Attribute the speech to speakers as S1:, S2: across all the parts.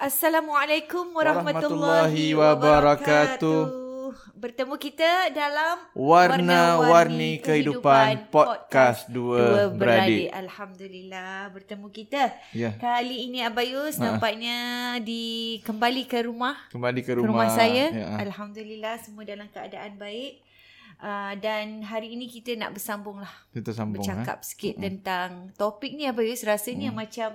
S1: Assalamualaikum
S2: Warahmatullahi
S1: warahmatullahi
S2: wabarakatuh.
S1: wabarakatuh. Bertemu kita dalam
S2: Warna-warni kehidupan podcast
S1: Dua
S2: dua
S1: beradik.
S2: beradik.
S1: Alhamdulillah bertemu kita.
S2: Ya,
S1: Kali ini Abayus
S2: Ha.
S1: nampaknya di kembali ke rumah,
S2: kembali ke
S1: ke
S2: rumah.
S1: rumah saya.
S2: Ya.
S1: Alhamdulillah semua dalam keadaan baik. Uh, dan hari ini kita nak bersambung lah
S2: Kita sambung. Eh.
S1: bercakap sikit hmm. tentang topik ni apa Yus rasanya hmm. macam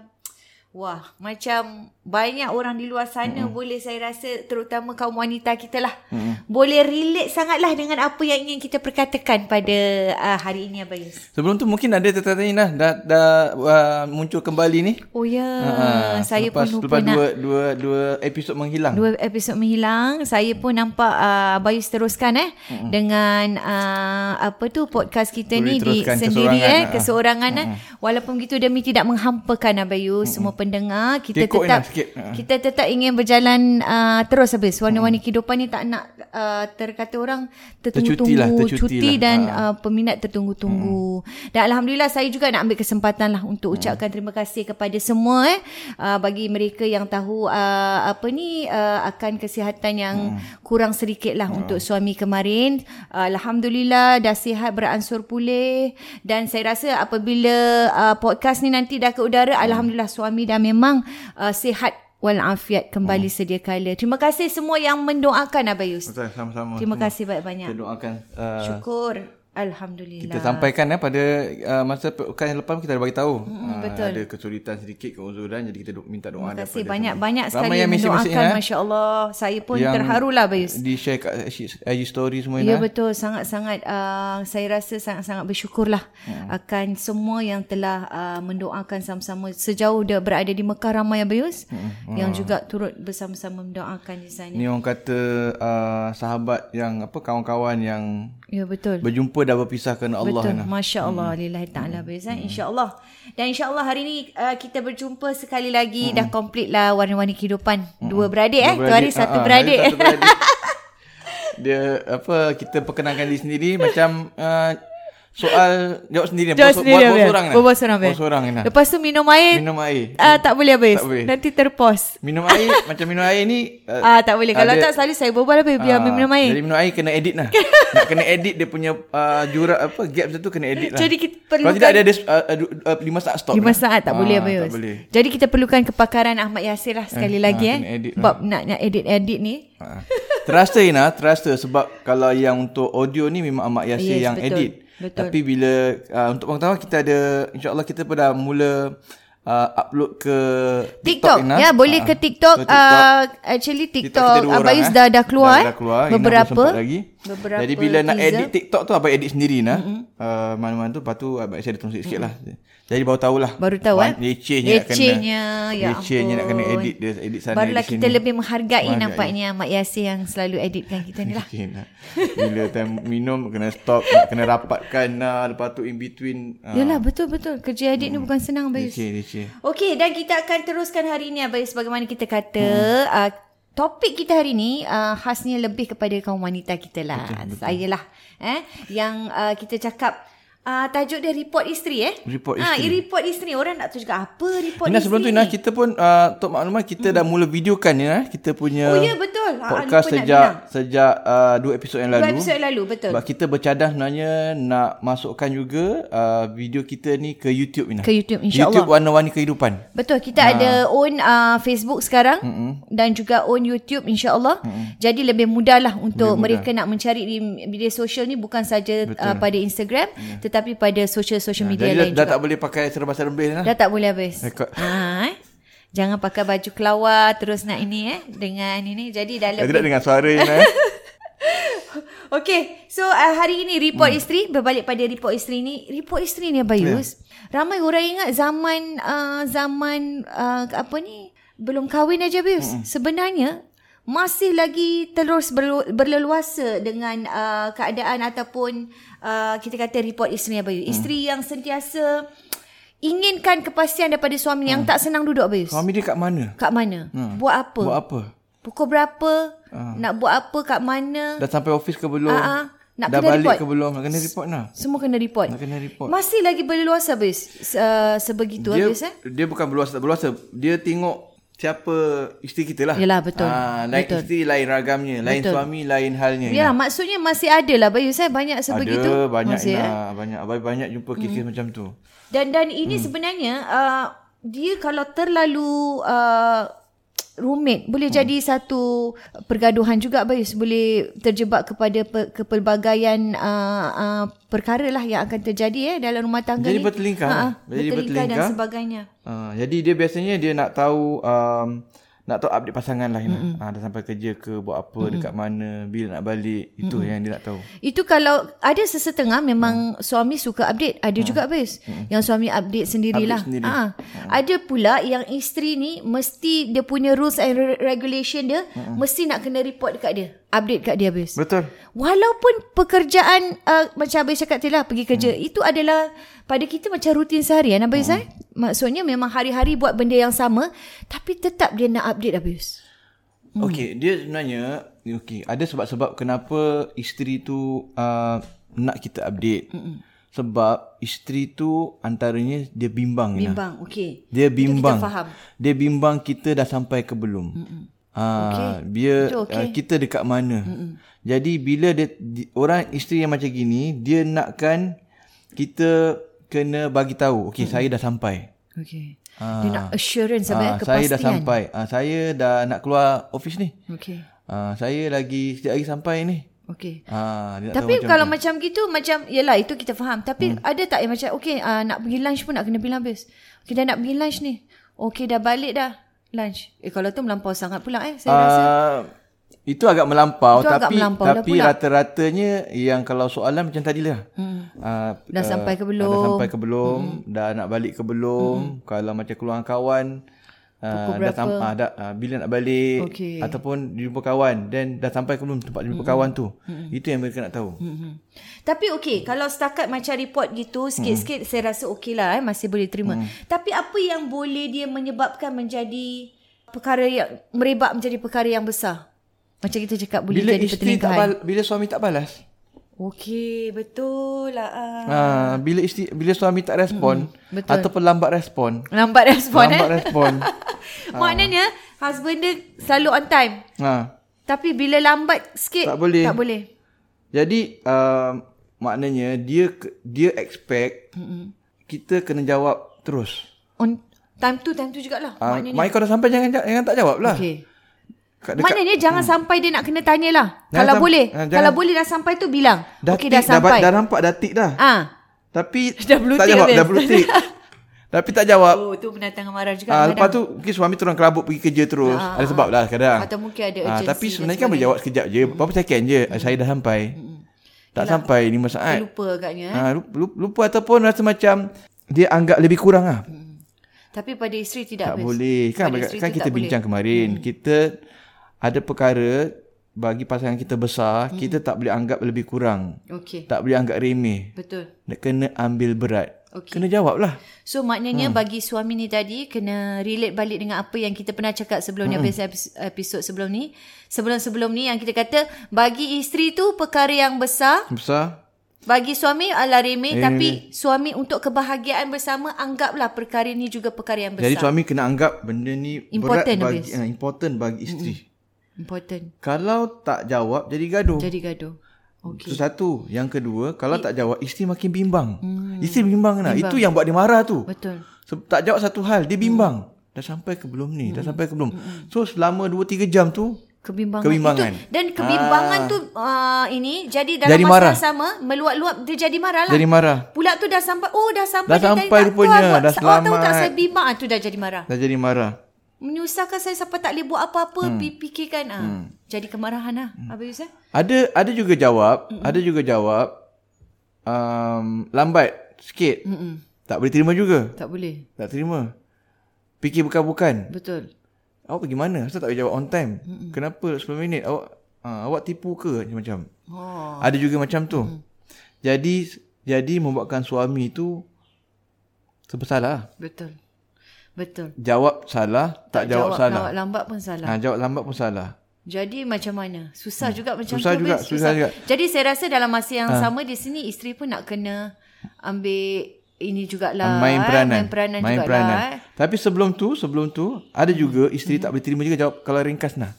S1: wah macam banyak orang di luar sana hmm. boleh saya rasa terutama kaum wanita kita lah
S2: Mm-mm.
S1: boleh relate sangatlah dengan apa yang ingin kita perkatakan pada uh, hari ini Abang Yus.
S2: Sebelum tu mungkin ada tertanya dah, dah, dah uh, muncul kembali ni.
S1: Oh ya,
S2: Ah,
S1: yeah. saya
S2: lepas,
S1: pun lupa
S2: lepas
S1: nak
S2: dua, dua, dua episod menghilang.
S1: dua episod menghilang saya pun nampak uh, Bayus teruskan eh mm-hmm. dengan uh, apa tu podcast kita
S2: Boleh
S1: ni di
S2: teruskan
S1: sendiri
S2: keseorangan,
S1: eh
S2: ah.
S1: keseorangan eh walaupun begitu demi tidak menghampakan Abayus semua pendengar kita
S2: Tekuk ni
S1: tetap
S2: lah sikit, ah. Mm.
S1: kita tetap ingin berjalan uh, terus habis warna-warni kehidupan ni tak nak uh, terkata orang
S2: Tercuti
S1: tertunggu-tunggu
S2: lah, tercuti
S1: cuti
S2: lah.
S1: dan
S2: Ah.
S1: uh, peminat tertunggu-tunggu. Hmm. Dan alhamdulillah saya juga nak ambil kesempatan lah untuk ucapkan terima kasih kepada semua eh uh, bagi mereka yang tahu uh, apa ni uh, akan kesihatan yang hmm. kurang sedikit lah untuk suami kemarin. Uh, alhamdulillah dah sihat beransur pulih dan saya rasa apabila uh, podcast ni nanti dah ke udara alhamdulillah suami dah memang uh, sihat walafiat kembali sedia kala. Terima kasih semua yang mendoakan Abayus.
S2: Ustaz, Sama-sama.
S1: Terima
S2: Semua.
S1: kasih banyak-banyak.
S2: Kita doakan uh,
S1: Syukur Alhamdulillah
S2: kita sampaikan eh pada uh, masa pekan yang lepas kita dah bagi tahu uh,
S1: betul.
S2: ada kesulitan sedikit keuzuran jadi kita do- minta doa
S1: Terima kasih
S2: daripada
S1: banyak-banyak
S2: semua.
S1: sekali yang
S2: mesej-mesej,
S1: mendoakan
S2: eh,
S1: Kan, Masya Allah Saya pun
S2: yang
S1: terharulah Bayus
S2: Di share kat eh, IG story semua eh.
S1: Ya
S2: Ina.
S1: betul sangat-sangat uh, saya rasa sangat-sangat bersyukurlah hmm. akan semua yang telah uh, mendoakan sama-sama sejauh dia berada di Mekah ramai Abayus hmm. yang juga turut bersama-sama mendoakan di sana.
S2: Ni orang kata uh, sahabat yang apa kawan-kawan yang
S1: Ya betul.
S2: berjumpa dah berpisah kerana Allah
S1: Betul.
S2: Ina.
S1: Masya Allah hmm. Lillahi ta'ala hmm. eh? InsyaAllah Dan insyaAllah hari ni uh, Kita berjumpa sekali lagi Dah complete lah Warna-warni kehidupan Dua beradik eh Dua hari
S2: Hmm. beradik.
S1: satu
S2: Ah, ah,
S1: beradik
S2: hari satu beradik. Dia apa kita perkenalkan diri sendiri macam uh, soal jawab sendiri
S1: Jawab
S2: Buat-
S1: sendiri,
S2: buat, buat
S1: Abel.
S2: seorang lah.
S1: Buat- buat seorang, Abel.
S2: buat seorang Ina.
S1: Lepas tu minum air
S2: minum air
S1: ah, Tak boleh habis
S2: Tak boleh.
S1: Nanti terpos
S2: minum air macam minum air ni uh,
S1: Ah tak boleh Kalau
S2: Ada-
S1: tak selalu saya berbual habis
S2: ah,
S1: Biar minum air
S2: Jadi minum air kena edit lah Nak kena edit dia punya uh, Jurah apa Gap tu kena edit lah
S1: Jadi kita
S2: Kalau
S1: perlukan-
S2: tidak dia ada uh, du- uh, 5 saat stop
S1: Lima saat tak boleh
S2: apa
S1: Abayus
S2: Ah, Tak boleh
S1: Jadi kita perlukan kepakaran Ahmad Yasir lah sekali lagi
S2: ah,
S1: eh
S2: kena edit lah.
S1: Bab nak nak edit-edit ni
S2: Ah. Terasa Ina Terasa sebab Kalau yang untuk audio ni Memang Ahmad Yasir
S1: Yes,
S2: yang
S1: betul.
S2: edit
S1: Betul.
S2: Tapi bila uh, Untuk pengetahuan kita ada InsyaAllah kita pun dah mula uh, Upload ke
S1: TikTok,
S2: Ina.
S1: ya boleh
S2: Ah,
S1: ke TikTok,
S2: Ke TikTok.
S1: Uh, actually
S2: TikTok
S1: TikTok
S2: kita dua orang,
S1: Abayus
S2: eh.
S1: dah dah keluar,
S2: dah, dah keluar. Ina
S1: eh.
S2: belum
S1: beberapa
S2: sempat lagi.
S1: beberapa
S2: Jadi bila nak
S1: teaser.
S2: edit TikTok tu abang edit sendiri nah. Mm-hmm. Uh, mana-mana tu lepas tu abang saya ada tunjuk sikit lah. Jadi baru tahulah.
S1: Baru tahu,
S2: Wan-
S1: eh?
S2: Lecehnya nak kena.
S1: Lecehnya, ya
S2: Lecehnya nak kena
S1: ampun.
S2: edit dia edit sana
S1: Barulah
S2: edit sini. ya,
S1: kita lebih menghargai
S2: Menghargai.
S1: nampaknya Mak Yasir yang selalu editkan kita ni lah.
S2: Okay, nak. Bila time minum kena stop, nak kena rapatkan lah. Lepas tu in between. Uh,
S1: Yalah betul-betul kerja edit
S2: Hmm.
S1: ni bukan senang Bayus.
S2: leceh, leceh.
S1: Okey dan kita akan teruskan hari ini Abayus sebagaimana kita kata
S2: Hmm.
S1: uh, topik kita hari ini uh, lah, khasnya lebih kepada kaum wanita kita lah. Sayalah eh yang uh, kita cakap Uh, tajuk dia report isteri eh.
S2: Report
S1: Ah,
S2: isteri.
S1: report isteri. Orang nak tahu juga apa report
S2: Ina
S1: isteri.
S2: sebelum tu Ina kita pun uh, untuk maklumat kita dah mula videokan Ina kita punya
S1: Hmm. Oh, ya, betul. Ha,
S2: podcast
S1: lupa nak
S2: sejak
S1: bilang.
S2: sejak uh, dua episod yang lalu.
S1: Dua episod lalu, betul.
S2: Sebab kita bercadang sebenarnya nak masukkan juga uh, video kita ni ke YouTube Ina.
S1: Ke YouTube, insyaAllah.
S2: YouTube warna-warni kehidupan.
S1: Betul,
S2: Ah.
S1: kita ha. ada own uh, Facebook sekarang Mm-mm. dan juga own YouTube insya-Allah. Jadi lebih mudahlah untuk lebih mereka nak mencari di media sosial ni bukan saja uh, pada Instagram
S2: Ya.
S1: yeah. tetapi pada social-social media
S2: Jadi dah,
S1: lain
S2: dah
S1: juga.
S2: tak boleh pakai serba serbi Ina.
S1: Dah tak boleh habis.
S2: Rekod.
S1: Ha, eh? Jangan pakai baju kelawar terus nak ini eh dengan ini jadi dah
S2: Dah tidak
S1: lebih.
S2: dengar suara Ina. eh.
S1: Okey, so uh, hari ini report hmm. Ya. isteri berbalik pada report isteri ni. Report isteri ni Abayus. Yeah. Ramai orang ingat zaman uh, zaman uh, apa ni belum kahwin aja Abayus. Hmm. Sebenarnya masih lagi terus berlu- berleluasa dengan uh, keadaan ataupun uh, kita kata report isteri Abayus. Hmm. Isteri yang sentiasa inginkan kepastian daripada suami hmm. yang tak senang duduk Abayus.
S2: Suami dia kat mana?
S1: Kat mana?
S2: Ha.
S1: Hmm. Buat apa?
S2: Buat apa?
S1: Pukul berapa?
S2: Ha.
S1: Nak buat apa kat mana?
S2: Dah sampai office ke belum?
S1: Ah, ah. Nak
S2: dah
S1: kena
S2: balik
S1: report.
S2: ke belum? Nak kena report Ina.
S1: Semua kena report.
S2: Nak kena report.
S1: Masih lagi berluasa habis. Uh, sebegitu
S2: dia,
S1: habis eh.
S2: Dia bukan berluasa tak berluasa. Dia tengok siapa isteri kita lah.
S1: Yelah, betul.
S2: Ha, lain
S1: Betul.
S2: isteri, lain ragamnya. Lain
S1: Betul.
S2: suami, lain halnya.
S1: Ya, maksudnya masih ada lah Bayus eh.
S2: Ada
S1: Banyak sebegitu.
S2: banyak
S1: masih, eh. Hmm.
S2: lah. Banyak, Abang banyak jumpa kes-kes macam tu.
S1: Dan dan ini hmm. sebenarnya uh, dia kalau terlalu uh, rumit boleh hmm. jadi satu pergaduhan juga Bayus boleh terjebak kepada pe- kepelbagaian uh, uh, perkara lah yang akan terjadi eh dalam rumah tangga
S2: Jadi
S1: ni.
S2: bertelingkar. eh?
S1: Ha, ha,
S2: Jadi
S1: bertelingkar dan
S2: bertelingkar.
S1: sebagainya.
S2: Ha, jadi dia biasanya dia nak tahu... Um, nak tahu update pasangan lah Hina. Ha, dah sampai kerja ke, buat apa, dekat mana, bila nak balik. Itu yang dia nak tahu.
S1: Itu kalau ada sesetengah memang suami suka update, ada juga habis. Yang suami update sendirilah.
S2: Hmm. Update sendiri. Hmm.
S1: Ha. Ada pula yang isteri ni mesti dia punya rules and re- regulation dia
S2: Hmm.
S1: mesti nak kena report dekat dia, update kat dia habis.
S2: Betul.
S1: Walaupun pekerjaan uh, macam habis cakap tadi lah pergi kerja hmm. itu adalah pada kita macam rutin seharian habis hmm. eh. Maksudnya memang hari-hari buat benda yang sama tapi tetap dia nak update habis. Hmm.
S2: Okey, dia sebenarnya okey, ada sebab-sebab kenapa isteri tu uh, nak kita update. Mm-mm.
S1: Hmm.
S2: Sebab isteri tu antaranya dia bimbang, Ina.
S1: Bimbang, okey.
S2: Dia bimbang.
S1: kita faham.
S2: Dia bimbang kita dah sampai ke belum. Mm-mm. okay. dia
S1: Itu okey. Hmm,
S2: okay. kita dekat mana. Mm-mm. Jadi bila dia di, orang isteri yang macam gini, dia nakkan kita kena bagi tahu, okey saya dah sampai.
S1: Okey. Dia nak assurance eh?
S2: Ah,
S1: Hmm, sampai
S2: saya dah
S1: kepastian.
S2: sampai. Ah, saya dah nak keluar office ni.
S1: Okey.
S2: Ah, saya lagi sekejap lagi sampai ni.
S1: Okey.
S2: Ah, dia nak
S1: Tapi
S2: tahu macam
S1: kalau macam, gitu macam yelah itu kita faham. Tapi hmm. ada tak yang macam okey uh, nak pergi lunch pun nak kena bilang habis. Okey dah nak pergi lunch ni. Okey dah balik dah lunch. Eh kalau tu melampau sangat pula eh saya uh, rasa.
S2: Ah, itu agak melampau
S1: Itu
S2: tapi
S1: agak melampau lah. dah
S2: tapi
S1: pula.
S2: rata-ratanya yang kalau soalan macam tadilah. Hmm. Ah,
S1: Dah
S2: ah,
S1: sampai ke
S2: Dah
S1: belum?
S2: sampai ke belum, hmm. dah nak balik ke belum. Hmm. Kalau macam keluar dengan kawan ah, dah sampai ah, dah ah, bila nak balik
S1: Okey.
S2: ataupun jumpa kawan then dah sampai ke belum tempat jumpa hmm. kawan tu. Hmm. Itu yang mereka nak tahu. Hmm.
S1: Tapi okey kalau setakat macam report gitu sikit-sikit saya rasa okey lah eh masih boleh terima.
S2: Hmm.
S1: Tapi apa yang boleh dia menyebabkan menjadi perkara yang merebak menjadi perkara yang besar? Macam kita cakap boleh
S2: Bila
S1: jadi
S2: isteri tak
S1: pertelingkahan.
S2: bal- bila suami tak balas.
S1: Okey betul lah. ah.
S2: Ah, bila isteri bila suami tak respon hmm.
S1: Betul.
S2: ataupun lambat respon.
S1: Lambat respon
S2: lambat
S1: eh.
S2: respon.
S1: Maknanya husband dia selalu on time.
S2: ha.
S1: Tapi bila lambat sikit
S2: Tak boleh.
S1: Tak boleh.
S2: Jadi uh, maknanya dia ke- dia expect mm-hmm. kita kena jawab terus.
S1: On time tu time tu jugalah.
S2: Uh,
S1: Maknanya
S2: Mai kau dah sampai jangan jangan tak jawab lah.
S1: okey.
S2: Kat
S1: Maknanya jangan sampai dia nak kena tanyalah.
S2: Hmm. Jangan
S1: Kalau
S2: sam-
S1: boleh.
S2: Ah, jangan.
S1: Kalau boleh dah sampai tu bilang.
S2: dah
S1: Okey
S2: tick,
S1: dah sampai.
S2: Dah, ba- dah nampak dah tik dah.
S1: ah.
S2: Tapi
S1: Dah blue
S2: tak
S1: tick
S2: jawab,
S1: habis.
S2: dah blue tick. Tapi tak jawab.
S1: Oh tu mendatangkan marah juga.
S2: Ah,
S1: kadang-kadang.
S2: lepas tu mungkin suami turun kelabut pergi kerja terus.
S1: Ah,
S2: ada sebab lah kadang.
S1: Atau mungkin ada
S2: Ah,
S1: urgency
S2: tapi
S1: dan
S2: sebenarnya kan boleh
S1: sebagainya.
S2: jawab sekejap je. Berapa second je. Ah, Saya dah sampai. Tak sampai 5 saat.
S1: lupa agaknya eh.
S2: Ah, lupa, lupa, lupa ataupun rasa macam dia anggap lebih kurang lah.
S1: Tapi pada isteri tidak
S2: Tak
S1: habis.
S2: boleh. Kan,
S1: Pada
S2: baga-
S1: isteri
S2: kan
S1: tu
S2: kita
S1: tak boleh. Hmm.
S2: bincang kemarin. Kita ada perkara bagi pasangan kita besar,
S1: Hmm.
S2: kita tak boleh anggap lebih kurang.
S1: Okey.
S2: Tak boleh anggap remeh.
S1: Betul.
S2: Nak Kena ambil berat.
S1: Okey.
S2: Kena jawab lah.
S1: So maknanya hmm. bagi suami ni tadi kena relate balik dengan apa yang kita pernah cakap sebelum ni hmm. episod sebelum ni. Sebelum-sebelum ni yang kita kata bagi isteri tu perkara yang besar
S2: Besar.
S1: Bagi suami ala remeh eh, tapi suami untuk kebahagiaan bersama anggaplah perkara ni juga perkara yang besar.
S2: Jadi suami kena anggap benda ni
S1: Important
S2: berat bagi
S1: habis.
S2: uh, important bagi isteri. Mm-mm.
S1: Important.
S2: Kalau tak jawab jadi gaduh.
S1: Jadi gaduh.
S2: Okay. Itu satu. Yang kedua, kalau tak jawab isteri makin bimbang. Hmm. Isteri bimbang kena. Itu yang buat dia marah tu.
S1: Betul.
S2: So, tak jawab satu hal, dia bimbang. Hmm. Dah sampai ke belum ni? Hmm. Dah sampai ke belum? Hmm. So selama 2 3 jam tu
S1: Kebimbangan.
S2: Kebimbangan. Ah.
S1: Itu, dan kebimbangan tu uh, ini jadi dalam
S2: Jadi
S1: masa
S2: marah.
S1: yang sama meluap-luap dia jadi marah lah.
S2: jadi marah.
S1: Pula tu dah sampai oh dah sampai
S2: Dah
S1: ni tadi
S2: sampai
S1: tak
S2: rupanya,
S1: keluar,
S2: dah
S1: Oh tahu tak
S2: selamat.
S1: saya bimbang ah, tu dah jadi marah.
S2: Dah jadi marah.
S1: Menyusahkan saya sampai tak boleh buat apa-apa hmm. fikirkan ah. Hmm. Jadi kemarahan lah. Hmm. Habis Ustaz?
S2: Ada ada juga jawab, Mm-mm. ada juga jawab um, lambat sikit.
S1: Mm-mm.
S2: Tak boleh terima juga.
S1: Tak boleh.
S2: Tak terima. Fikir bukan-bukan.
S1: Betul.
S2: Awak pergi mana? Kenapa tak boleh jawab on time? Mm-mm. Kenapa 10 minit? Awak uh, awak tipu ke macam?
S1: Oh.
S2: Ada juga macam tu. Mm. Jadi jadi membuatkan suami tu lah. sebesalah.
S1: Betul. Betul.
S2: Jawab salah, tak, tak jawab, jawab salah.
S1: Jawab lah. lambat pun salah.
S2: Ha, jawab lambat pun salah.
S1: Jadi macam mana? Susah juga macam
S2: Susah
S1: tu.
S2: juga,
S1: Bin.
S2: susah juga.
S1: Jadi saya rasa dalam masa yang ha. sama di sini isteri pun nak kena ambil ini jugalah.
S2: Ha, main
S1: eh,
S2: peranan.
S1: Main peranan
S2: main
S1: jugalah.
S2: peranan.
S1: eh.
S2: Tapi sebelum tu, sebelum tu ada juga isteri tak boleh terima juga jawab kalau ringkas nah.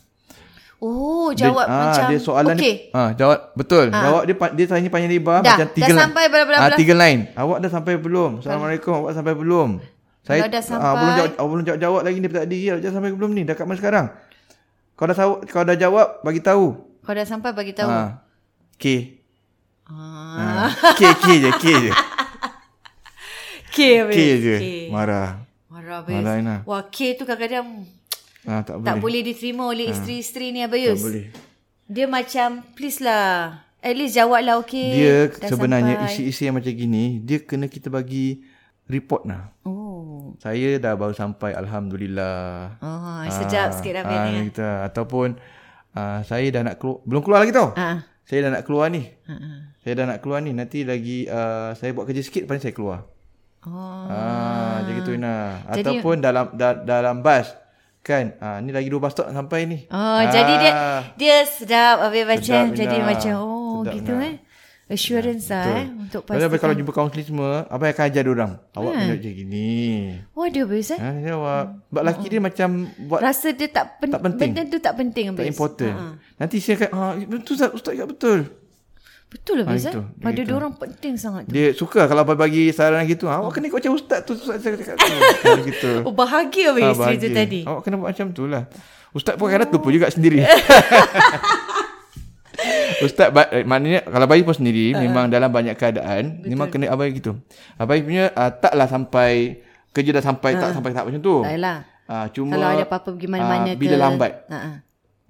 S1: Oh, jawab
S2: ah,
S1: macam
S2: dia soalan ni,
S1: okay.
S2: ah, jawab betul. Jawab dia pa- dia tanya panjang lebar
S1: Dah,
S2: macam
S1: dah
S2: tiga
S1: sampai bla bla
S2: Ah,
S1: bla.
S2: tiga line. Awak dah sampai belum? Assalamualaikum, awak sampai belum?
S1: Kalau
S2: ah,
S1: dah
S2: belum
S1: sampai-
S2: jawab, awak belum jawab, jawab lagi daripada tadi. Ya, Awak dah sampai ke belum ni? Dah kat mana sekarang? Kau dah tahu, kau dah jawab, bagi tahu.
S1: Kau dah sampai bagi tahu. Ha.
S2: Ah. K. Ah. K K je, K je.
S1: Okay,
S2: K
S1: okay,
S2: je.
S1: okay.
S2: Marah.
S1: Marah
S2: Marah,
S1: habis.
S2: Aina.
S1: Wah, K tu kadang-kadang
S2: Ah, tak boleh.
S1: tak boleh diterima oleh isteri-isteri ni ya. Abayus.
S2: Ha. Tak boleh.
S1: Dia macam please lah. At least jawab lah okay.
S2: Dia
S1: Dah
S2: sebenarnya
S1: sampai.
S2: isi-isi yang macam gini, dia kena kita bagi report lah.
S1: Oh.
S2: Saya dah baru sampai alhamdulillah.
S1: Oh, sedap sikit dah Bin,
S2: ah,
S1: ya.
S2: kita ataupun ah, saya dah nak keluar belum keluar lagi tau.
S1: Ah.
S2: Saya dah nak keluar ni.
S1: ah.
S2: Saya dah nak keluar ni. Nanti lagi ah, saya buat kerja sikit lepas ni saya keluar.
S1: Oh.
S2: Ah, macam gitu Ina. Ataupun dalam da, dalam bas kan. Ah ni lagi dua bus stop nak sampai ni. Ah.
S1: Oh, jadi dia dia sedap habis macam
S2: Sedap,
S1: jadi
S2: Ina.
S1: macam oh
S2: Sedap,
S1: gitu
S2: Ina.
S1: eh. Assurance lah eh
S2: Lepas
S1: untuk
S2: tu
S1: pastikan. Kan?
S2: kalau jumpa kaunseling semua, apa yang akan ajar dia orang? Awak hmm. macam gini.
S1: Oh dia habis eh.
S2: Ha, dia jawab. Sebab laki dia macam buat
S1: Rasa dia tak, pen-
S2: Tak penting.
S1: Benda tu tak penting
S2: tak
S1: habis. Ah,
S2: important. Nanti saya akan, ah, betul Ustaz, Ustaz cakap betul.
S1: Betul
S2: Ah,
S1: habis eh.
S2: gitu,
S1: Pada dia orang penting sangat tu.
S2: Dia suka kalau bagi saran gitu. Ah, Awak kena ikut macam Ustaz tu, Ustaz cakap tu. Macam gitu.
S1: Oh
S2: Ah,
S1: bahagia habis isteri tu
S2: bahagia.
S1: tadi.
S2: Awak kena buat macam tu lah. Ustaz pun kadang terlupa juga sendiri. Ustaz ba- eh, maknanya kalau bayi pun sendiri
S1: Ah,
S2: memang dalam banyak keadaan memang kena abai gitu. Abai punya ah, taklah sampai kerja dah sampai tak sampai tak macam tu.
S1: Ah, Tak yalah.
S2: Ah, cuma
S1: Kalau ada apa-apa pergi mana-mana
S2: ah,
S1: ke.
S2: bila lambat.
S1: Ha ah.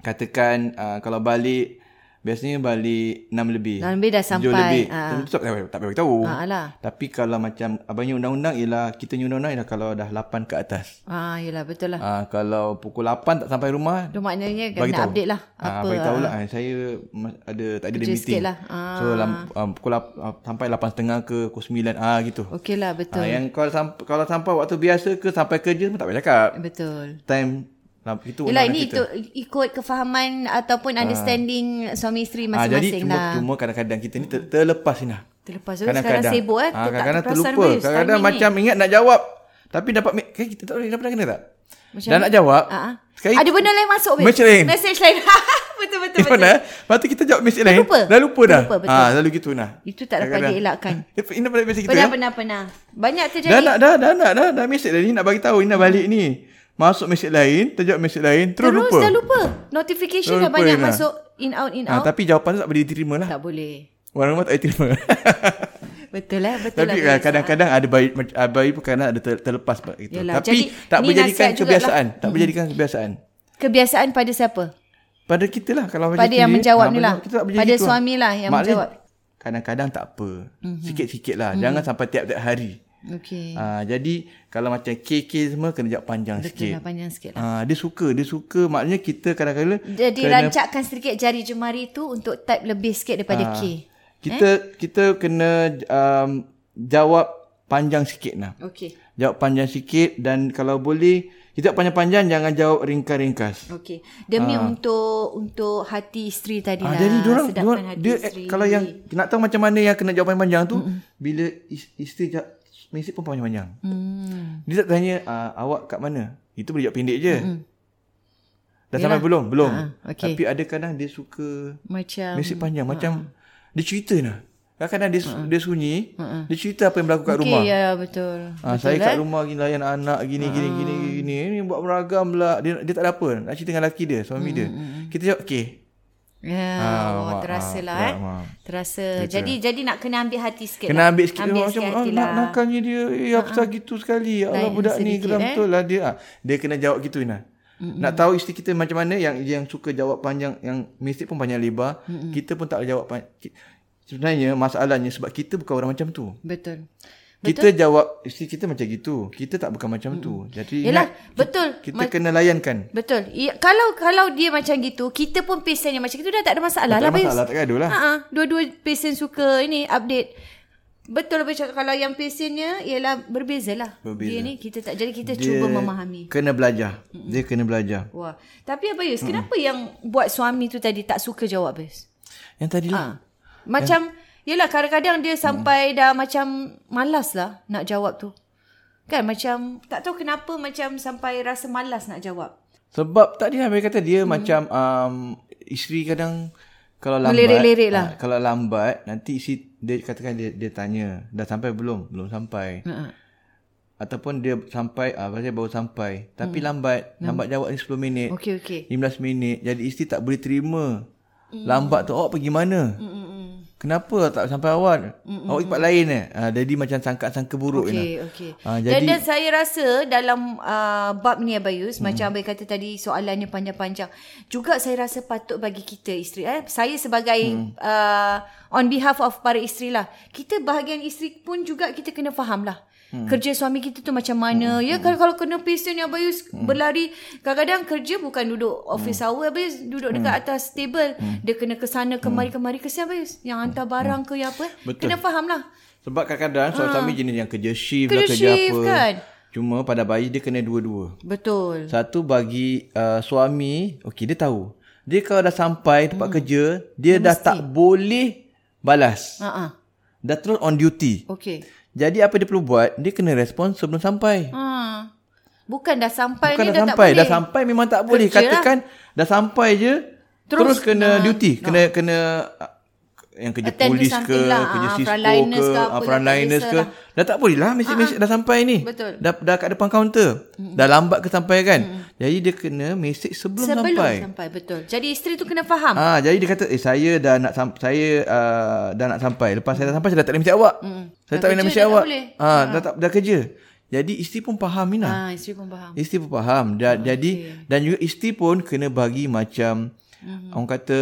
S2: Katakan ah, kalau balik biasanya balik 6 lebih.
S1: Dalam lebih dah
S2: Tujuh lebih.
S1: sampai. Ha.
S2: Tentu tak payah tak payah tahu.
S1: Ha alah.
S2: Tapi kalau macam abangnya undang-undang ialah kita punya undang-undang ialah kalau dah 8 ke atas.
S1: Ah yalah betul lah.
S2: Ah kalau pukul 8 tak sampai rumah
S1: Tu maknanya
S2: bagi
S1: kena
S2: tahu.
S1: update lah
S2: Ah,
S1: apa.
S2: bagi tahu lah ah, saya mas- ada tak ada
S1: Kerja
S2: meeting.
S1: sikit lah.
S2: So lam, um, pukul lap, ah, sampai 8.30 ke pukul 9 ah gitu.
S1: Okey lah betul.
S2: Ah yang kalau sampai, kalau sampai waktu biasa ke sampai kerja pun tak payah cakap.
S1: Betul.
S2: Time lam, itu Ah,
S1: Yelah
S2: undang-undang
S1: ini itu, ikut kefahaman ataupun understanding suami isteri
S2: Ah, jadi
S1: masing-masing
S2: cuma,
S1: lah.
S2: cuma kadang-kadang kita ni ter, terlepas ni lah.
S1: Terlepas tu sekarang sibuk eh.
S2: Ah,
S1: tak
S2: kadang-kadang
S1: terperasan
S2: terlupa.
S1: habis
S2: Kadang-kadang
S1: timing ni.
S2: macam ingat nak jawab. Tapi dapat, me- kan kita tak boleh, dah pernah kena tak?
S1: Macam
S2: dah nak jawab.
S1: Ah, ah.
S2: Sekali
S1: Ada benda lain masuk babe.
S2: Message lain.
S1: Message lain.
S2: "Eh, Betul,
S1: betul betul betul.
S2: betul. eh? Lepas tu kita jawab mesej lain.
S1: lupa.
S2: Dah lupa dah.
S1: Lupa, betul.
S2: Ah, selalu gitu nah.
S1: Itu tak dapat
S2: Kadang-kadang.
S1: dielakkan.
S2: Ini pada mesej kita.
S1: Pernah
S2: ya?
S1: pernah pernah. Banyak
S2: Dah
S1: terjadi.
S2: nak dah dah nak dah dah mesej dah ni nak bagi tahu ni nak balik ni. Masuk mesej lain, terjawab mesej lain, terus,
S1: Terus
S2: lupa.
S1: dah lupa. Notification
S2: Terus
S1: dah
S2: lupa,
S1: banyak
S2: Rina.
S1: masuk in out in
S2: Ah,
S1: out.
S2: tapi jawapan tu tak boleh diterima lah.
S1: Tak boleh.
S2: Orang rumah tak boleh terima.
S1: Betul lah betul
S2: Tapi ah,
S1: lah.
S2: kadang-kadang ada bayi, mac- ah, bayi pun kadang ada ter, terlepas bah- gitu.
S1: Yelah,
S2: Tapi
S1: jadi,
S2: tak
S1: ni
S2: boleh jadikan
S1: nasihat lah. Hmm. jugalah.
S2: kebiasaan. Tak boleh jadikan kebiasaan.
S1: Kebiasaan pada siapa?
S2: Pada kita lah kalau macam
S1: Pada yang
S2: sendiri,
S1: menjawab
S2: ah,
S1: ni
S2: pada-
S1: lah.
S2: kita tak boleh
S1: Pada
S2: gitu lah.
S1: suami lah yang
S2: Maknanya,
S1: menjawab. Mhm.
S2: Kadang-kadang tak apa. Sikit-sikit lah. Jangan sampai tiap-tiap hari.
S1: Okey.
S2: Ah, jadi kalau macam KK semua kena jawab panjang
S1: Betul
S2: sikit.
S1: lah panjang sikit lah.
S2: Ah, dia suka, dia suka. Maknanya kita kadang-kadang
S1: Jadi
S2: kena-
S1: rancakkan sedikit jari jemari tu untuk type lebih sikit daripada
S2: Ah,
S1: K.
S2: Kita
S1: eh?
S2: kita kena um, jawab panjang sikit lah.
S1: Okey.
S2: Jawab panjang sikit dan kalau boleh Kita tak panjang-panjang, jangan jawab ringkas-ringkas.
S1: Okey. Demi untuk untuk hati isteri tadi
S2: Ah,
S1: lah.
S2: jadi diorang,
S1: Sedapkan
S2: diorang
S1: hati
S2: dia,
S1: isteri.
S2: eh, kalau yang nak tahu macam mana yang kena jawab panjang-panjang tu, bila is- isteri jawab mesej pun panjang-panjang.
S1: Hmm.
S2: Dia tak tanya ah, awak kat mana. Itu boleh jawab pendek je. Dah sampai belum? Belum.
S1: Ah, okey. Um, ah.
S2: Tapi ada kadang dia suka
S1: Macam.
S2: mesej panjang macam dia cerita lah. Kadang-kadang dia, su- dia sunyi, dia cerita apa yang berlaku kat rumah.
S1: Ah. Okey, ya, betul. eh?
S2: Ha,
S1: Ah.
S2: saya kat rumah gini layan anak gini gini gini gini ni buat beragam lah dia dia tak ada apa nak cerita dengan lelaki dia suami
S1: Hmm,
S2: dia kita jawab okey
S1: Ya,
S2: Ah,
S1: oh,
S2: mak,
S1: terasa
S2: ah,
S1: lah eh.
S2: berat, mak.
S1: Terasa. Jadi jadi nak kena ambil hati sikit
S2: kena
S1: lah.
S2: ambil sikit
S1: Ambil
S2: ambil
S1: sikit
S2: macam ah,
S1: hati
S2: nak
S1: lah.
S2: nakalnya dia eh apa ha gitu sekali ya Allah
S1: Layan
S2: budak ni
S1: sedikit,
S2: geram
S1: eh.
S2: betul lah dia ah. dia kena jawab gitu Ina nak tahu isteri kita macam mana yang yang suka jawab panjang yang mesti pun panjang lebar kita pun tak boleh jawab panjang sebenarnya masalahnya sebab kita bukan orang macam tu
S1: Betul.
S2: kita jawab isteri kita macam gitu kita tak bukan macam tu jadi
S1: Yelah,
S2: ingat,
S1: betul.
S2: kita kena layankan
S1: Betul. Ya, kalau kalau dia macam gitu, kita pun patient yang macam gitu dah tak ada masalah
S2: Tak
S1: lah.
S2: ada masalah, tak gaduh lah.
S1: Ha dua-dua patient suka ini update. Betul apa cakap kalau yang patientnya ialah berbeza lah.
S2: Berbeza.
S1: Dia ni kita tak jadi kita cuba memahami.
S2: Kena belajar. Dia kena belajar.
S1: Wah. Tapi apa Yus, kenapa yang buat suami tu tadi tak suka jawab Yus?
S2: Yang tadi lah.
S1: Ha. Macam Yelah kadang-kadang dia sampai dah macam malas lah nak jawab tu. Kan macam tak tahu kenapa macam sampai rasa malas nak jawab.
S2: Sebab tadi Amir kata dia
S1: Hmm.
S2: macam um, isteri kadang kalau lambat.
S1: Melirik-lirik lah.
S2: ah, kalau lambat, nanti isteri dia katakan dia, dia tanya, dah sampai belum? Belum sampai.
S1: Ha.
S2: Ataupun dia sampai, ah, pasal baru sampai. Tapi lambat. Lambat jawab ni 10 minit.
S1: Hmm. Okey okey.
S2: 15 minit. Jadi isteri tak boleh terima.
S1: Hmm.
S2: Lambat tu awak pergi mana? Kenapa tak sampai awal? Awak pergi tempat lain eh? Ah, jadi macam sangka-sangka buruk ni.
S1: Hmm, Okey, okey.
S2: Ah,
S1: dan,
S2: jadi-
S1: dan saya rasa dalam uh, bab ni Abayus, hmm. macam Abay kata tadi soalannya panjang-panjang. Juga saya rasa patut bagi kita isteri. Eh? Saya sebagai hmm. uh, on behalf of para isteri lah. Kita bahagian isteri pun juga kita kena faham lah. Hmm. Kerja suami kita tu macam mana. Ya, kalau, kalau kena patient yang Abayus hmm. berlari. Kadang-kadang kerja bukan duduk office hmm. Hmm. hour Abayus. Duduk dekat atas table. Dia kena ke sana kemari-kemari. Kesian Abayus. Yang hantar barang ke yang apa. eh.
S2: Betul.
S1: Kena faham lah.
S2: Sebab kadang-kadang suami-suami jenis yang kerja shift
S1: Kerja
S2: Ah. kerja, kerja
S1: shift
S2: apa.
S1: kan?
S2: Kan? Cuma pada bayi dia kena dua-dua.
S1: Betul.
S2: Satu bagi uh, suami, okey dia tahu. Dia kalau dah sampai tempat kerja, Hmm. dia, dah tak boleh balas.
S1: Ha ah.
S2: Dah terus on duty.
S1: Okey.
S2: Jadi apa dia perlu buat? Dia kena respon sebelum sampai.
S1: Ha. Bukan dah sampai
S2: Bukan
S1: ni
S2: dah
S1: dah,
S2: sampai,
S1: tak boleh.
S2: dah sampai memang tak boleh.
S1: Kerja lah.
S2: Katakan dah sampai je terus,
S1: Terus,
S2: kena duty, kena kena ah, yang kerja
S1: Attend to
S2: polis ke,
S1: something lah,
S2: kerja
S1: ah,
S2: Cisco
S1: frontliners
S2: ke,
S1: ke
S2: ah,
S1: apa lah,
S2: frontliners
S1: tak
S2: ke.
S1: kisah
S2: Dah tak boleh lah mesej-mesej dah sampai ni.
S1: Betul.
S2: Dah dah kat depan kaunter. Dah lambat ke sampai kan. Jadi dia kena mesej sebelum,
S1: Sebelum sampai.
S2: sampai.
S1: sampai betul. Jadi isteri tu kena faham.
S2: Ah, jadi dia kata, "Eh saya dah nak sam- saya uh, dah nak sampai. Lepas saya dah sampai saya dah tak boleh mesej awak." Saya
S1: Dah
S2: tak boleh
S1: kerja,
S2: mesej
S1: dah tak
S2: awak.
S1: boleh.
S2: Ah, dah tak dah kerja. Jadi isteri pun faham lah. Mina.
S1: Ha, isteri pun faham.
S2: Isteri pun faham dan okay. jadi dan juga isteri pun kena bagi macam mm-hmm. orang kata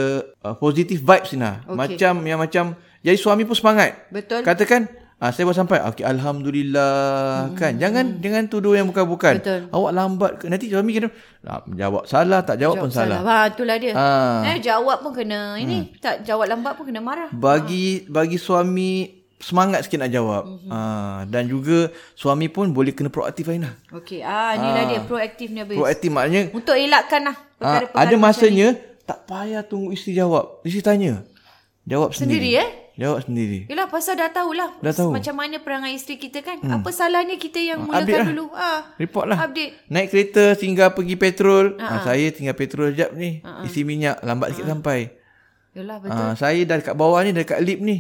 S2: uh, positive vibes ni lah. Okay. Macam yang macam jadi suami pun semangat.
S1: Betul.
S2: Katakan ah saya baru sampai. Okey alhamdulillah mm-hmm. kan. Jangan jangan tuduh yang bukan-bukan.
S1: Betul.
S2: Awak lambat ke- nanti suami kena "Ah, jawab salah tak jawab, jawab Kan pun salah. Hmm. salah.
S1: Ha, itulah dia.
S2: Ah.
S1: Eh jawab pun kena ini tak jawab lambat pun kena marah.
S2: Bagi bagi suami semangat sikit nak jawab. Mm-hmm. Ah dan juga suami pun boleh kena proaktif Aina.
S1: Okey.
S2: Ha.
S1: Ah, inilah dia proaktif ni habis.
S2: Proaktif maknanya
S1: Untuk elakkan lah
S2: Ah,
S1: perkara-perkara.
S2: ada
S1: macam
S2: masanya tak payah tunggu isteri jawab. Isteri tanya. Jawab
S1: Sendiri,
S2: sendiri.
S1: eh?
S2: Jawab sendiri.
S1: ni. Yelah pasal dah tahulah
S2: Dah tahu. Hmm.
S1: macam mana perangai isteri kita kan. Apa salahnya kita yang mulakan
S2: update lah.
S1: dulu. Ah.
S2: Report lah.
S1: Update.
S2: Naik kereta tinggal pergi petrol. Ah, saya tinggal petrol sekejap ni. Isi minyak lambat sikit sampai.
S1: Yelah betul.
S2: Ah, saya dah dekat bawah ni, dah dekat lip ni.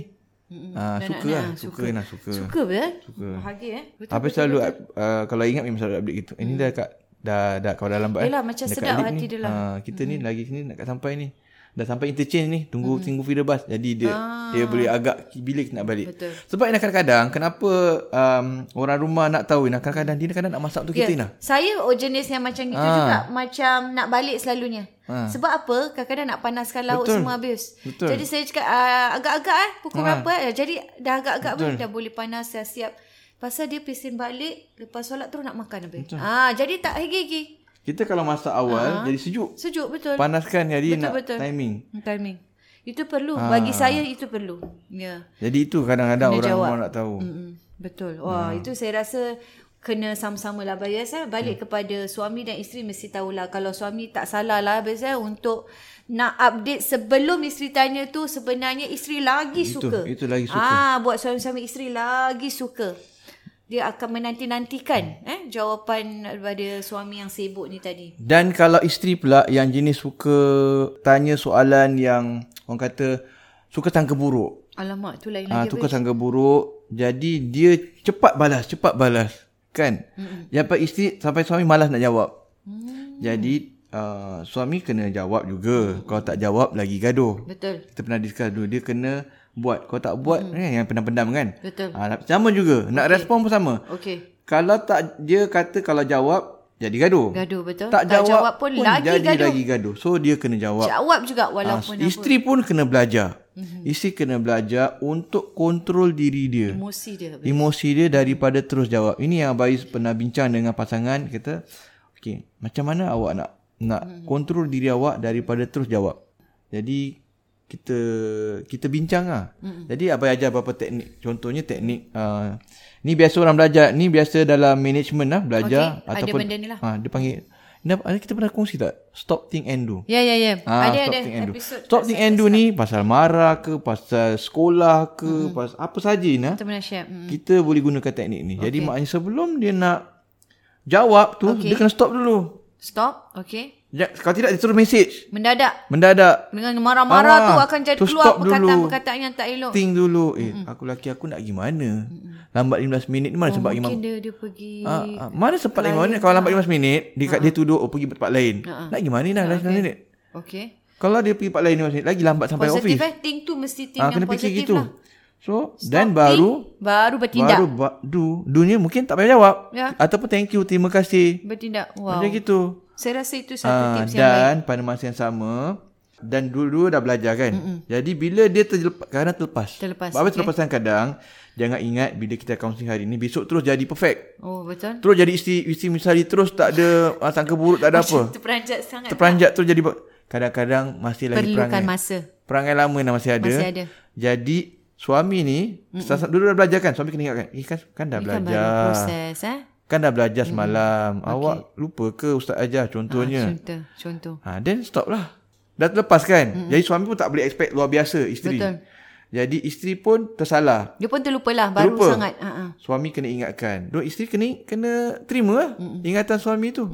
S2: Ah, suka lah, suka, suka. Nah, suka.
S1: Suka be? Suka. Bahagia eh. Betul. Hmm.
S2: Habis selalu uh, kalau ingat memang selalu update gitu. Ini dah dekat dah dah kalau dah lambat. eh.
S1: Yelah, macam
S2: Dekat
S1: sedap
S2: lip
S1: hati
S2: ni.
S1: dia lah.
S2: Ah, kita ni lagi sini nak kat sampai ni. Dah sampai interchange ni, tunggu
S1: Hmm.
S2: tunggu feeder bus. Jadi dia dia boleh agak bila kita nak balik.
S1: Ah. Betul.
S2: Sebab ini kadang-kadang kenapa um, orang rumah nak tahu ini kadang-kadang dia kadang nak masak tu kita ni.
S1: Saya oh, jenis yang macam gitu
S2: Ah.
S1: juga. Macam nak balik selalunya. Sebab apa? Kadang-kadang nak panaskan lauk
S2: Betul.
S1: semua habis.
S2: Betul.
S1: Jadi saya cakap ah, agak-agak eh. Pukul berapa eh. Jadi dah agak-agak pun dah boleh panas dah siap. Pasal dia pesen balik. Lepas solat terus nak makan habis. Ah, jadi tak hegi-hegi.
S2: Kita kalau masak awal jadi sejuk.
S1: Sejuk betul.
S2: Panaskan jadi
S1: Ah. Betul,
S2: nak
S1: betul.
S2: timing.
S1: Timing. Itu perlu.
S2: Ah.
S1: Bagi saya itu perlu. Ya.
S2: Jadi itu kadang-kadang
S1: Kena
S2: orang
S1: jawab. Hmm.
S2: rumah nak tahu. Hmm.
S1: Mm-mm, betul. Wah, itu saya rasa kena sama-sama lah bias eh. Balik hmm. kepada suami dan isteri mesti tahulah. Kalau suami tak salah lah bias eh, untuk nak update sebelum isteri tanya tu sebenarnya isteri lagi
S2: Itu-
S1: suka.
S2: itu lagi suka.
S1: Ah, buat suami-suami isteri lagi suka. Dia akan menanti-nantikan eh jawapan daripada suami yang sibuk ni tadi.
S2: Dan kalau isteri pula yang jenis suka tanya soalan yang orang kata suka sangka buruk.
S1: Alamak tu lain
S2: Ah ha,
S1: lagi.
S2: suka sangka buruk. Jadi dia cepat balas, cepat balas. Kan? Sampai isteri sampai suami malas nak jawab.
S1: Hmm.
S2: Jadi uh, suami kena jawab juga. Kalau tak jawab lagi gaduh.
S1: Betul.
S2: Kita pernah discuss dulu dia kena buat. Kalau tak buat hmm. yang pendam-pendam kan?
S1: Betul.
S2: Ah, sama juga. Nak okay. respon pun sama.
S1: Okey.
S2: Kalau tak dia kata kalau jawab jadi gaduh.
S1: Gaduh betul.
S2: Tak, jawab,
S1: pun, lagi
S2: jadi
S1: gaduh.
S2: lagi gaduh. So dia kena jawab.
S1: Jawab juga
S2: Ah,
S1: walaupun
S2: isteri pun kena belajar.
S1: Mhm.
S2: Isteri kena belajar untuk kontrol diri dia.
S1: emosi dia.
S2: Emosi dia daripada terus jawab. Ini yang Abais pernah bincang dengan pasangan kita. Okey, macam mana awak nak nak
S1: Hmm.
S2: kontrol diri awak daripada terus jawab. Jadi kita kita bincang lah.
S1: Hmm.
S2: Jadi abai ajar beberapa teknik. Contohnya teknik uh, ni biasa orang belajar. Ni biasa dalam management lah belajar
S1: Okey, ada benda ni lah.
S2: Ha, dia panggil ni apa- kita pernah kongsi tak? Stop think and do.
S1: Ya ya ya.
S2: Ah,
S1: Ada
S2: stop
S1: ada
S2: think and do.
S1: episod
S2: Stop think and do ni pasal marah ke, pasal sekolah ke,
S1: Hmm.
S2: pasal apa saja ni. ha?
S1: kita pernah share. Hmm.
S2: Kita boleh gunakan teknik ni. Jadi maknanya sebelum dia nak jawab tu, dia kena stop dulu.
S1: Stop. Okey.
S2: Ja- Kalau tidak dia terus message
S1: Mendadak
S2: mendadak.
S1: dengan marah-marah
S2: Ah,
S1: tu akan jadi
S2: tu
S1: keluar
S2: stop dulu.
S1: perkataan-perkataan yang tak elok.
S2: Think dulu, eh aku laki aku nak gimana? Lambat 15 minit ni mana sebab gimana?
S1: Oh, Mungkin dia dia pergi.
S2: Ah, ah. Mana sempat lagi mana kalau lambat 15 minit dia, dia tuduh oh pergi tempat lain. Nak gimana ni dah 15 minit.
S1: Okey.
S2: Kalau dia pergi tempat lain 15 minit lagi lambat sampai
S1: Positif
S2: office.
S1: eh. Think tu mesti think
S2: Ah,
S1: yang
S2: kena fikir
S1: positif
S2: gitu.
S1: lah.
S2: So, dan baru
S1: Think, baru bertindak.
S2: baru ba- do dunia mungkin tak payah jawab
S1: Ya.
S2: ataupun thank you, terima kasih.
S1: Bertindak. Wow.
S2: Macam gitu.
S1: Saya rasa itu satu
S2: Ah,
S1: tips yang baik.
S2: dan pada masa yang sama dan dulu dah belajar kan. Mm-mm. Jadi bila dia terlepas kerana terlepas.
S1: Terlepas,
S2: Apa okay. terlepas kadang jangan ingat bila kita counseling hari ni besok terus jadi perfect.
S1: Oh betul.
S2: Terus jadi isteri isteri misali terus tak ada ah, sangka buruk tak ada apa.
S1: Terperanjat sangat.
S2: Terperanjat terus jadi ber- kadang-kadang masih lagi
S1: Perlukan
S2: perangai.
S1: masa.
S2: Perangai lama dah masih ada.
S1: Masih ada.
S2: Jadi suami ni mm dulu dah belajar kan suami kena ingatkan. Eh kan kan dah
S1: Kan
S2: belajar.
S1: baru
S2: Kan,
S1: proses eh.
S2: dah belajar semalam. Awak lupa ke ustaz ajar contohnya.
S1: Contoh, contoh.
S2: Ha then stop lah. Dah terlepas kan. Jadi suami pun tak boleh expect luar biasa isteri.
S1: Betul.
S2: Jadi isteri pun tersalah.
S1: Dia pun terlupa lah baru
S2: Terlupa.
S1: sangat. Ha
S2: Suami kena ingatkan. Dok isteri kena kena terima lah ingatan suami tu.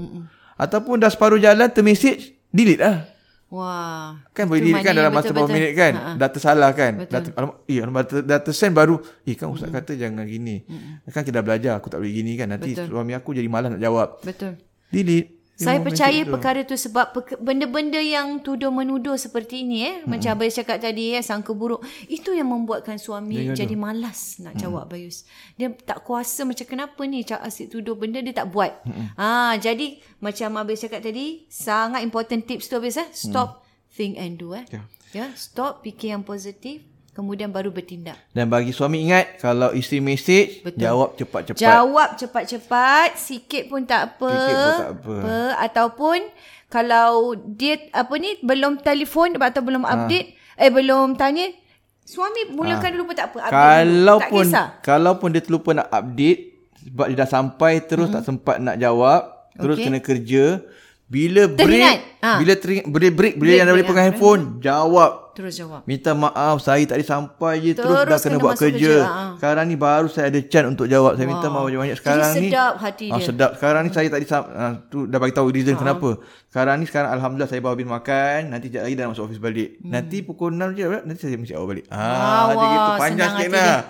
S2: Ataupun dah separuh jalan termessage delete lah.
S1: Wah.
S2: Kan boleh
S1: Itu
S2: diri kan
S1: maknanya
S2: dalam masa berapa
S1: betul-betul.
S2: minit kan Dah tersalah kan Dah, ter, alamak, eh, alamak, ter, dah tersend baru Eh kan ustaz kata jangan gini Kan kita dah belajar Aku tak boleh gini kan Nanti suami aku jadi malas nak jawab
S1: Betul.
S2: Delete
S1: Saya
S2: Remove
S1: percaya
S2: message tu.
S1: perkara tu sebab peke- benda-benda yang tuduh menuduh seperti ini eh macam Abayus cakap tadi eh sangka buruk itu yang membuatkan suami jadi malas nak jawab Abayus. Dia tak kuasa macam kenapa ni Cak Asyik tuduh benda dia tak buat. Ah jadi macam Abayus cakap tadi sangat important tips tu Abayus eh stop think and do eh.
S2: Ya.
S1: Ya yeah, stop fikir yang positif kemudian baru bertindak.
S2: Dan bagi suami ingat Kalau isteri message Jawab cepat-cepat
S1: Jawab cepat-cepat, sikit pun tak apa.
S2: Sikit pun tak apa.
S1: ataupun kalau dia apa ni belum telefon atau belum
S2: Ah.
S1: update, eh belum tanya, suami mulakan dulu pun tak apa. Update
S2: Kalau
S1: dulu. Tak
S2: pun
S1: kisah.
S2: Kalau pun dia terlupa nak update Sebab dia dah sampai Terus
S1: Mm-hmm.
S2: tak sempat nak jawab Terus
S1: Okey.
S2: kena kerja Bila break
S1: Teringat. Ah.
S2: Bila teringat Break break Bila yang dah
S1: ha.
S2: boleh pegang handphone Jawab
S1: Terus jawab.
S2: Minta maaf saya tadi sampai je terus,
S1: Terus
S2: dah kena,
S1: kena
S2: buat
S1: masuk
S2: kerja.
S1: kerja,
S2: kerja.
S1: ha.
S2: Sekarang ni baru saya ada chance untuk jawab. Saya minta maaf banyak-banyak sekarang ni.
S1: sedap hati
S2: ah,
S1: dia.
S2: sedap. Sekarang ni saya tadi sam- ah, tu dah bagi tahu reason kenapa. Sekarang ni sekarang alhamdulillah saya baru habis makan. Nanti jap lagi dah masuk office balik. Nanti pukul 6 je nanti saya mesti awal balik. Ah, dia
S1: Hmm. wah,
S2: gitu panjang
S1: senang
S2: sikit
S1: hati
S2: lah.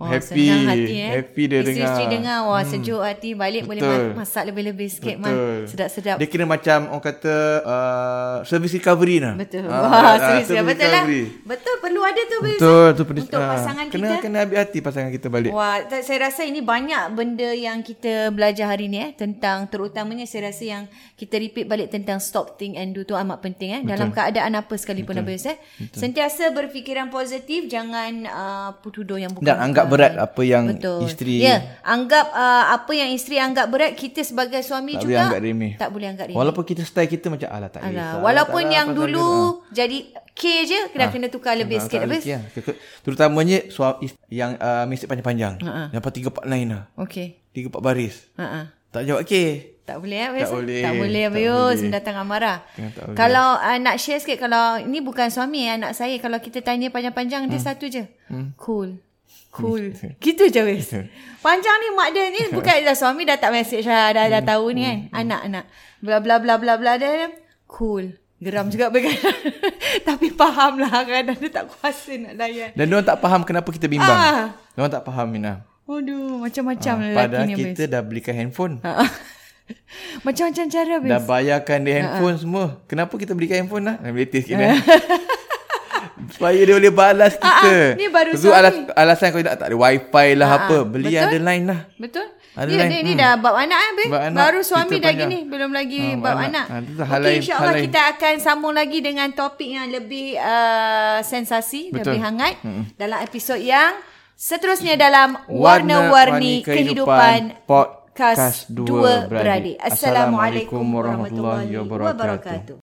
S1: Wah,
S2: happy.
S1: senang hati, eh.
S2: Happy dia
S1: Isteri-isteri
S2: dengar. Hmm.
S1: dengar. Wah, sejuk hati. Balik boleh
S2: Betul.
S1: ma- masak lebih-lebih sikit. Man.
S2: Betul.
S1: Sedap-sedap.
S2: Dia kira macam orang kata uh, service recovery lah. Ah,
S1: Betul. Wah,
S2: ah,
S1: serius.
S2: service
S1: betul lah.
S2: recovery.
S1: Betul, perlu ada tu. Betul.
S2: Betul tu pedes-
S1: Untuk
S2: ah,
S1: pasangan
S2: kena,
S1: kita.
S2: Kena ambil hati pasangan kita balik.
S1: Wah, tak- saya rasa ini banyak benda yang kita belajar hari ni eh tentang terutamanya saya rasa yang kita repeat balik tentang stop think and do tu amat penting eh Betul. dalam keadaan apa sekalipun Abis eh. Sentiasa berfikiran positif, jangan uh, tuduh yang bukan
S2: Dan anggap berat apa yang
S1: Betul.
S2: isteri
S1: Ya, anggap uh, apa yang isteri anggap berat kita sebagai suami
S2: tak
S1: juga
S2: boleh anggap remeh.
S1: tak boleh anggap remeh.
S2: Walaupun kita style kita macam alah tak
S1: Alah,
S2: kisah,
S1: walaupun
S2: tak lah,
S1: yang
S2: apa, tak
S1: dulu
S2: kisah."
S1: jadi K je kena kena tukar
S2: Ah,
S1: lebih sikit
S2: tak
S1: habis.
S2: rezeki lah. Ke- ke- Terutamanya suami is- yang uh, mesej panjang-panjang.
S1: Ha-ha.
S2: Dapat tiga part line lah.
S1: Okey.
S2: Tiga part baris.
S1: Ha ah.
S2: Tak jawab okay.
S1: Tak boleh eh biasa?
S2: boleh.
S1: Tak boleh
S2: Tak
S1: Abayus
S2: boleh.
S1: mendatang amarah.
S2: Tengah tak boleh.
S1: Kalau uh, nak share sikit kalau ni bukan suami eh, anak saya kalau kita tanya panjang-panjang dia
S2: Hmm.
S1: satu je. Cool. Cool. gitu je wes. Panjang ni mak dia ni bukan
S2: Hmm.
S1: dah suami dah tak message dah dah, dah tahu ni kan. Anak-anak. Bla bla bla bla bla dia dia, cool. Geram juga berkata. Tapi faham lah kadang dia tak kuasa nak layan.
S2: Dan diorang tak faham kenapa kita bimbang.
S1: Ah.
S2: Diorang tak faham Mina.
S1: Aduh, macam-macam ah, lelaki
S2: Padahal
S1: ni.
S2: kita
S1: Kita...
S2: dah belikan handphone.
S1: macam-macam cara Abis.
S2: Dah bayarkan dia handphone semua. Kenapa kita belikan handphone lah? Yang latest sikit lah. Supaya dia boleh balas kita.
S1: Ah, ah, ni baru
S2: Lepas tu
S1: suami.
S2: alas, alasan kau nak tak ada wifi lah apa. Beli
S1: betul.
S2: ada line lah.
S1: Betul?
S2: Ada
S1: Ada ya,
S2: lain. Hmm.
S1: dia ni dah bab anak eh,
S2: Bab anak,
S1: Baru suami
S2: cerita
S1: dah
S2: panjang.
S1: gini, belum lagi
S2: Ah,
S1: bab
S2: bab
S1: anak.
S2: anak. Ah, tu dah hal
S1: Okey,
S2: lain,
S1: insya-Allah
S2: hal lain.
S1: kita akan sambung lagi dengan topik yang lebih uh, sensasi,
S2: Betul. Hmm.
S1: lebih hangat dalam episod yang seterusnya dalam
S2: Warna-warni
S1: warna-warni
S2: kehidupan
S1: kehidupan
S2: podcast
S1: Dua
S2: Beradik.
S1: Beradik. Assalamualaikum warahmatullahi
S2: Assalamualaikum warahmatullahi
S1: wabarakatuh.